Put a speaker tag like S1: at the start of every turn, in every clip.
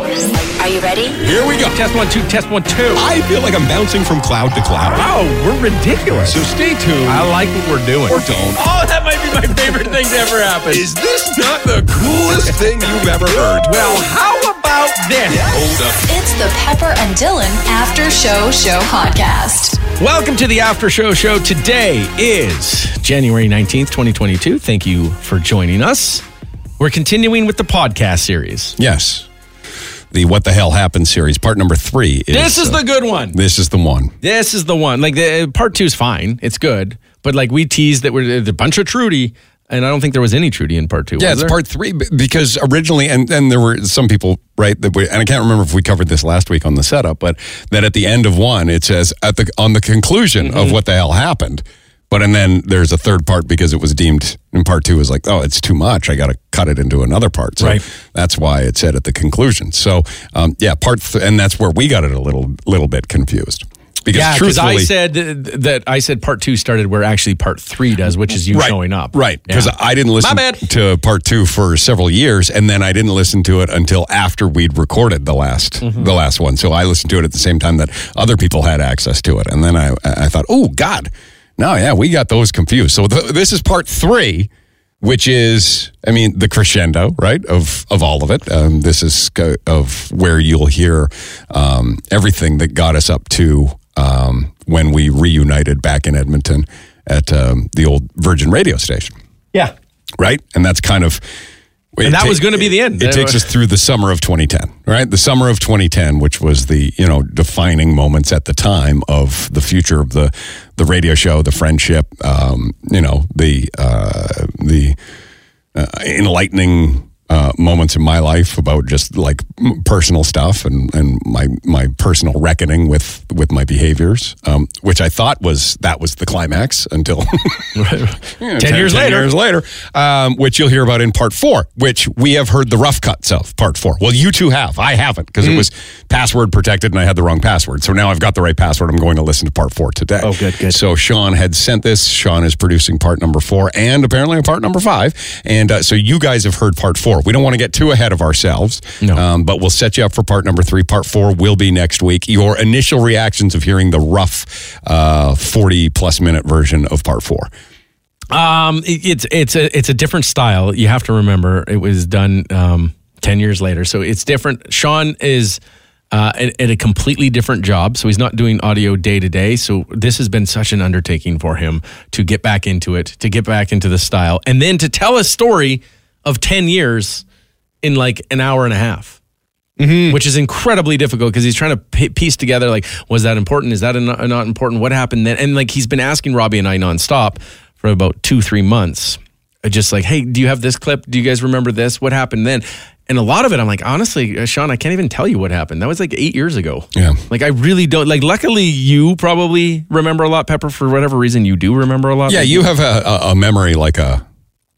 S1: Are you ready?
S2: Here we go.
S3: Test one, two, test one, two.
S2: I feel like I'm bouncing from cloud to cloud.
S3: Wow, we're ridiculous.
S2: So stay tuned.
S3: I like what we're doing.
S2: or don't.
S3: Oh, that might be my favorite thing to ever happen.
S2: Is this not the coolest thing you've ever heard?
S3: Well, how about this?
S2: Hold up.
S4: It's the Pepper and Dylan After Show Show Podcast.
S3: Welcome to the After Show Show. Today is January 19th, 2022. Thank you for joining us. We're continuing with the podcast series.
S2: Yes. The What the Hell Happened series, part number three. Is,
S3: This is
S2: uh,
S3: the good one.
S2: This is the one.
S3: This is the one. Like the uh, part two is fine. It's good. But like we teased that we're there's a bunch of Trudy, and I don't think there was any Trudy in part two.
S2: Yeah, it's
S3: was there?
S2: part three b- because originally, and and there were some people right that we, and I can't remember if we covered this last week on the setup, but that at the end of one it says at the on the conclusion
S3: Mm-hmm.
S2: of what the hell happened, but and then there's a third part because it was deemed in part two is like oh it's too much I got to cut it into another part so
S3: Right.
S2: that's why it said at the conclusion so um, yeah part th- and that's where we got it a little little bit confused because
S3: Yeah, because
S2: truthfully
S3: I said th- that I said part two started where actually part three does, which is you
S2: right,
S3: showing up.
S2: Right.
S3: Yeah.
S2: Because I didn't listen
S3: bad.
S2: to part two for several years, and then I didn't listen to it until after we'd recorded the last the last one. So I listened to it at the same time that other people had access to it, and then I I thought, oh God, no, yeah, we got those confused. So th- this is part three. Which is, I mean, the crescendo, right? Of of all of it. Um, this is sc- of where you'll hear um, everything that got us up to um, when we reunited back in Edmonton at um, the old Virgin radio station
S3: yeah.
S2: right? And that's kind of. it
S3: that was gonna be the end.
S2: It, takes us through the summer of 2010, right? The summer of 2010, which was the you know defining moments at the time of the future of the the radio show, the friendship, um, you know, the uh, the uh, enlightening uh, moments in my life about just like m- personal stuff and, and my my personal reckoning with with my behaviors, um, which I thought was that was the climax until
S3: Ten, years later.
S2: years later, um, which you'll hear about in part four, which we have heard the rough cuts of part four. Well, you two have. I haven't because
S3: Mm.
S2: it was password protected and I had the wrong password. So now I've got the right password. I'm going to listen to part four today.
S3: Oh, good, good.
S2: So Sean had sent this. Sean is producing part number four and apparently part number five. And uh, so you guys have heard part four. We don't want to get too ahead of ourselves,
S3: No.
S2: um, but we'll set you up for part number three. Part four will be next week. Your initial reactions of hearing the rough uh, 40 plus minute version of part four.
S3: Um, it- it's it's a it's a different style. You have to remember it was done um, ten years later, so it's different. Sean is uh, at, at a completely different job, so he's not doing audio day to day. So this has been such an undertaking for him to get back into it, to get back into the style, and then to tell a story of ten years in like an hour and a half.
S2: Mm-hmm.
S3: Which is incredibly difficult because he's trying to pi piece together like, was that important? Is that not, not important? What happened then? And like, he's been asking Robbie and I nonstop for about two, three months. Uh, Just like, hey, do you have this clip? Do you guys remember this? What happened then? And a lot of it, I'm like, honestly, uh, Sean, I can't even tell you what happened. That was like eight years ago.
S2: Yeah.
S3: Like, I really don't. Like, luckily, you probably remember a lot, Pepper, for whatever reason you do remember a lot.
S2: Yeah, you have a, a, a memory like a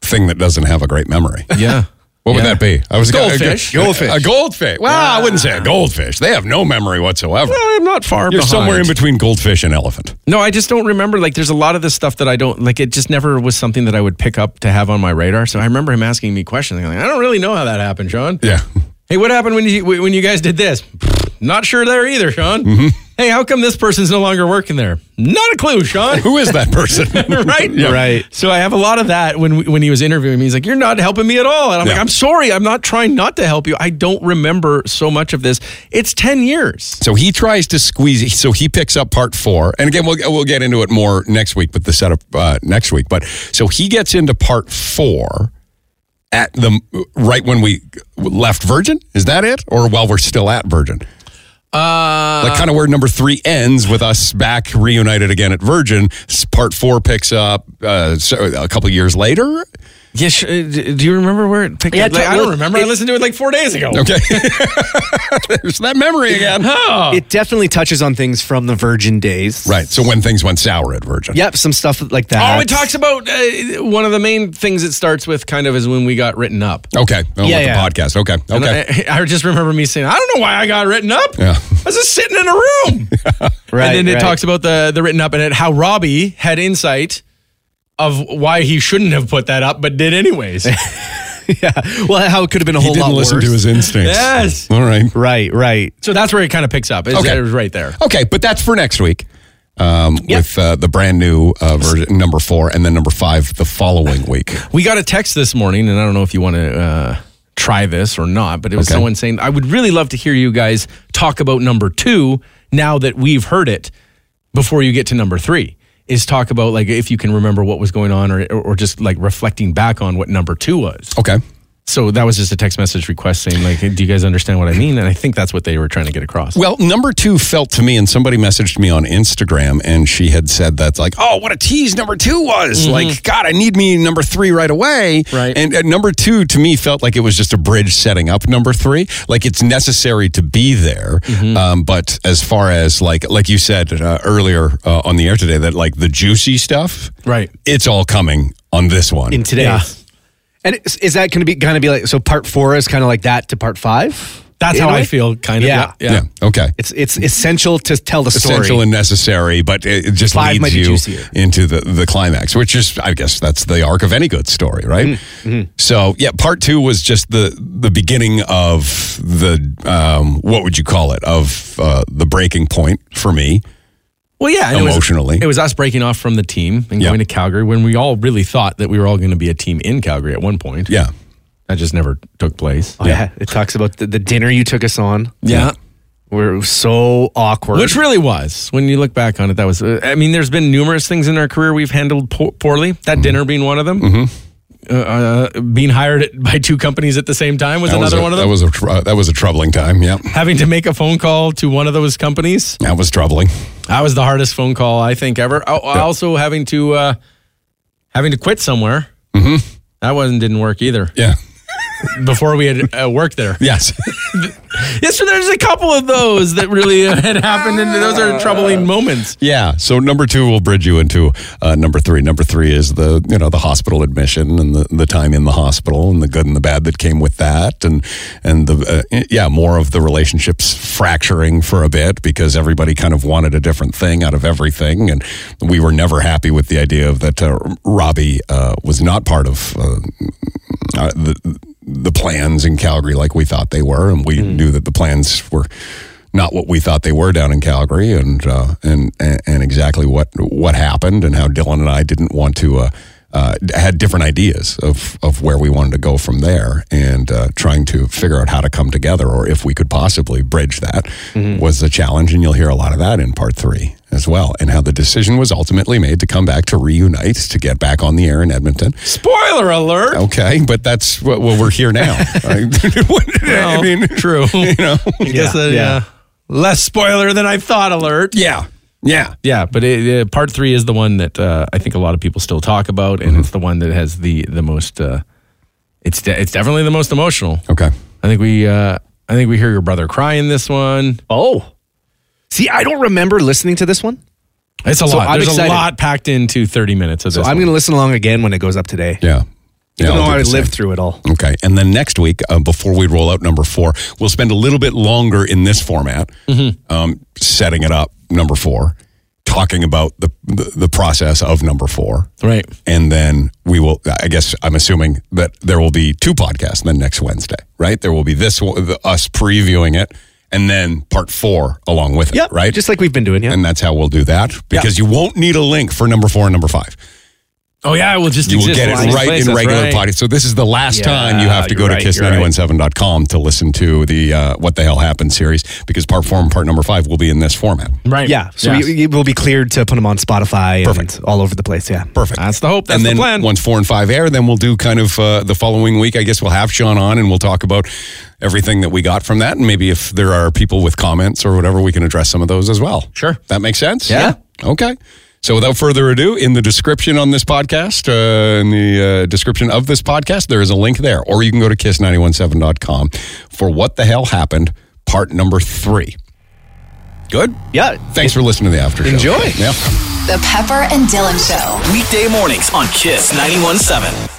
S2: thing that doesn't have a great memory.
S3: Yeah.
S2: What would
S3: Yeah.
S2: that be? I was
S3: Goldfish.
S2: A, goldfish. A goldfish. Well, I wouldn't say a goldfish. They have no memory whatsoever.
S3: I'm not far
S2: You're
S3: behind.
S2: somewhere in between goldfish and elephant.
S3: No, I just don't remember. Like, there's a lot of this stuff that I don't like. It just never was something that I would pick up to have on my radar. So I remember him asking me questions. I'm like, I don't really know how that happened, Sean.
S2: Yeah.
S3: Hey, what happened when you when you guys did this? Not sure there either, Sean.
S2: Mm-hmm.
S3: Hey, how come this person's no longer working there? Not a clue, Sean.
S2: Who is that person?
S3: right,
S2: Yeah.
S3: right. So I have a lot of that when we- when he was interviewing me. He's like, "You're not helping me at all," and I'm like,
S2: Yeah.
S3: "I'm sorry, I'm not trying not to help you. I don't remember so much of this. It's ten years."
S2: So he tries to squeeze. So he picks up part four, and again, we'll we'll get into it more next week. But the setup uh, next week. But so he gets into part four at the right when we left Virgin. Is that it, or while we're still at Virgin?
S3: Uh,
S2: like kind of where number three ends with us back reunited again at Virgin. S- Part four picks up uh, so- a couple years later.
S3: Yeah, sh- uh, d- do you remember where it picked
S1: Yeah,
S3: up? Like,
S1: to-
S3: I don't
S1: well,
S3: remember. I
S1: it-
S3: listened to it like four days ago.
S2: Okay, there's that memory again.
S3: Oh.
S5: It definitely touches on things from the Virgin days.
S2: Right. So when things went sour at Virgin.
S5: Yep, some stuff like that.
S3: Oh, it talks about uh, one of the main things it starts with, kind of, is when we got written up.
S2: Okay. Oh,
S5: Yeah,
S2: with
S5: yeah.
S2: The podcast. Okay.
S3: And
S2: Okay.
S3: I, I just remember me saying, I don't know why I got written up.
S2: Yeah.
S3: I was just sitting in a room.
S5: Right,
S3: and then it
S5: right.
S3: talks about the, the written up and it, how Robbie had insight of why he shouldn't have put that up, but did anyways.
S5: yeah. Well, how it could have been a
S2: He
S5: whole
S2: didn't
S5: lot
S2: listen
S5: worse.
S2: to his instincts.
S3: Yes.
S2: All right.
S5: right, right.
S3: So that's where it kind of picks up. It's,
S2: Okay.
S3: It was right there.
S2: Okay, but that's for next week. Um, With uh, the brand new uh, version number four, and then number five the following week.
S3: We got a text this morning, and I don't know if you want to uh, try this or not, but it was
S2: Okay.
S3: someone saying, I would really love to hear you guys talk about number two now that we've heard it before you get to number three. Is talk about like if you can remember what was going on or, or just like reflecting back on what number two was.
S2: Okay,
S3: So that was just a text message request saying, like, do you guys understand what I mean? And I think that's what they were trying to get across.
S2: well, number two felt to me, and somebody messaged me on Instagram, and she had said that's like, oh, what a tease number two was. Like, God, I need me number three right away.
S3: Mm-hmm. Right.
S2: And, and number two to me felt like it was just a bridge setting up number three. Like it's necessary to be there,
S3: Mm-hmm.
S2: um, but as far as like like you said uh, earlier uh, on the air today, that like the juicy stuff,
S3: Right.
S2: it's all coming on this one.
S5: In today's.
S3: Yeah.
S5: And is, is that going to be kind of be like so? Part four is kind of like that to part five.
S3: That's
S5: In
S3: how
S5: a
S3: I
S5: way?
S3: feel, kind of.
S5: Yeah.
S3: Yeah. yeah.
S2: Okay.
S5: It's it's essential to tell the story.
S2: Essential and necessary, but it it just
S5: Five might
S2: leads
S5: be
S2: you
S5: juicier.
S2: into the, the climax, which is, I guess, that's the arc of any good story, right?
S3: Mm, mm-hmm.
S2: So, yeah, part two was just the the beginning of the um, what would you call it of uh, the breaking point for me.
S3: Well, yeah. and it was-
S2: Emotionally.
S3: It was, us breaking off from the team and
S2: Yeah.
S3: going to Calgary when we all really thought that we were all going to be a team in Calgary at one point.
S2: Yeah,
S3: That just never took place.
S5: Oh, yeah. It talks about the, the dinner you took us on.
S3: Yeah.
S5: Where it was so awkward.
S3: Which really was, when you look back on it, that was. Uh, I mean, there's been numerous things in our career we've handled po- poorly. That
S2: Mm-hmm.
S3: dinner being one of them. Uh, uh, being hired at, by two companies at the same time was
S2: that was
S3: another
S2: a,
S3: one of them.
S2: That was a tr- uh, that was a troubling time. Yeah,
S3: Having to make a phone call to one of those companies.
S2: that was troubling.
S3: That was the hardest phone call I think ever. Oh, Also having to uh, having to quit somewhere. Mm-hmm. That wasn't didn't work either.
S2: Yeah,
S3: Before we had uh, worked there.
S2: yes,
S3: Yes, so there's a couple of those that really uh, had happened, and those are troubling moments.
S2: yeah. So number two will bridge you into uh, number three. Number three is the you know the hospital admission and the, the time in the hospital and the good and the bad that came with that and and the uh, yeah more of the relationships fracturing for a bit because everybody kind of wanted a different thing out of everything and we were never happy with the idea of that uh, Robbie uh, was not part of uh, uh, the the plans in Calgary like we thought they were, and we knew that the plans were not what we thought they were down in Calgary, and uh, and and and exactly what what happened, and how Dylan and I didn't want to. Uh, uh, had different ideas of, of where we wanted to go from there, and uh, trying to figure out how to come together, or if we could possibly bridge that, was the challenge. And you'll hear a lot of that in part three as well, and how the decision was ultimately made to come back to reunite, to get back on the air in Edmonton,
S3: Spoiler alert.
S2: Okay, but that's what well, we're here now. I, I mean,
S3: true.
S2: you know,
S3: I guess
S5: Yeah,
S3: uh,
S5: yeah.
S3: yeah. less spoiler than I thought. Alert.
S2: yeah, yeah,
S3: Yeah, but it, uh, part three is the one that uh, I think a lot of people still talk about, and it's the one that has the the most. Uh, it's de- it's definitely the most emotional.
S2: okay.
S3: I think we uh, I think we hear your brother cry in this one.
S5: Oh. See, I don't remember listening to this one.
S3: It's a
S5: So
S3: lot.
S5: I'm
S3: There's
S5: excited.
S3: a lot packed into 30 minutes of this.
S5: I'm
S3: one.
S5: going to listen along again when it goes up today.
S2: Yeah, yeah.
S5: Even
S2: I'll
S5: though
S2: do
S5: I
S2: the same.
S5: lived through it all.
S2: Okay. And then next week, uh, before we roll out number four, we'll spend a little bit longer in this format, um, setting it up, number four, talking about the, the, the process of number four.
S3: Right.
S2: And then we will, I guess, I'm assuming that there will be two podcasts then next Wednesday, right? There will be this one, the, us previewing it, and then part four along with it,
S5: Yep.
S2: right?
S5: Just like we've been doing. Yeah.
S2: and that's how we'll do that because you won't need a link for number four and number five.
S3: Oh yeah, we'll just
S2: You will
S3: exist
S2: get it
S3: in this
S2: right in
S3: place, that's
S2: regular
S3: right.
S2: podcast. So this is the last
S5: Yeah,
S2: time you have to go
S5: you're
S2: to
S5: right, you're right.
S2: kiss917.com to listen to the uh, What the Hell Happened series because part four and part number five will be in this format.
S3: Right.
S5: Yeah. So
S3: Yes.
S5: we, we'll be cleared to put them on Spotify
S2: Perfect.
S5: and all over the place. Yeah.
S2: Perfect.
S3: That's the hope. That's
S2: and then
S3: the plan.
S2: once four and five air, then we'll do kind of uh, the following week. I guess we'll have Sean on and we'll talk about everything that we got from that. And maybe if there are people with comments or whatever, we can address some of those as well.
S3: Sure.
S2: That makes sense?
S5: Yeah.
S2: Okay. So without further ado, in the description on this podcast, uh, in the uh, description of this podcast, there is a link there. Or you can go to kiss917.com for What the Hell Happened, part number three. Good?
S5: Yeah.
S2: Thanks for listening to the after show.
S5: Enjoy.
S2: Yeah.
S4: The Pepper and Dylan Show.
S1: Weekday mornings on Kiss 917.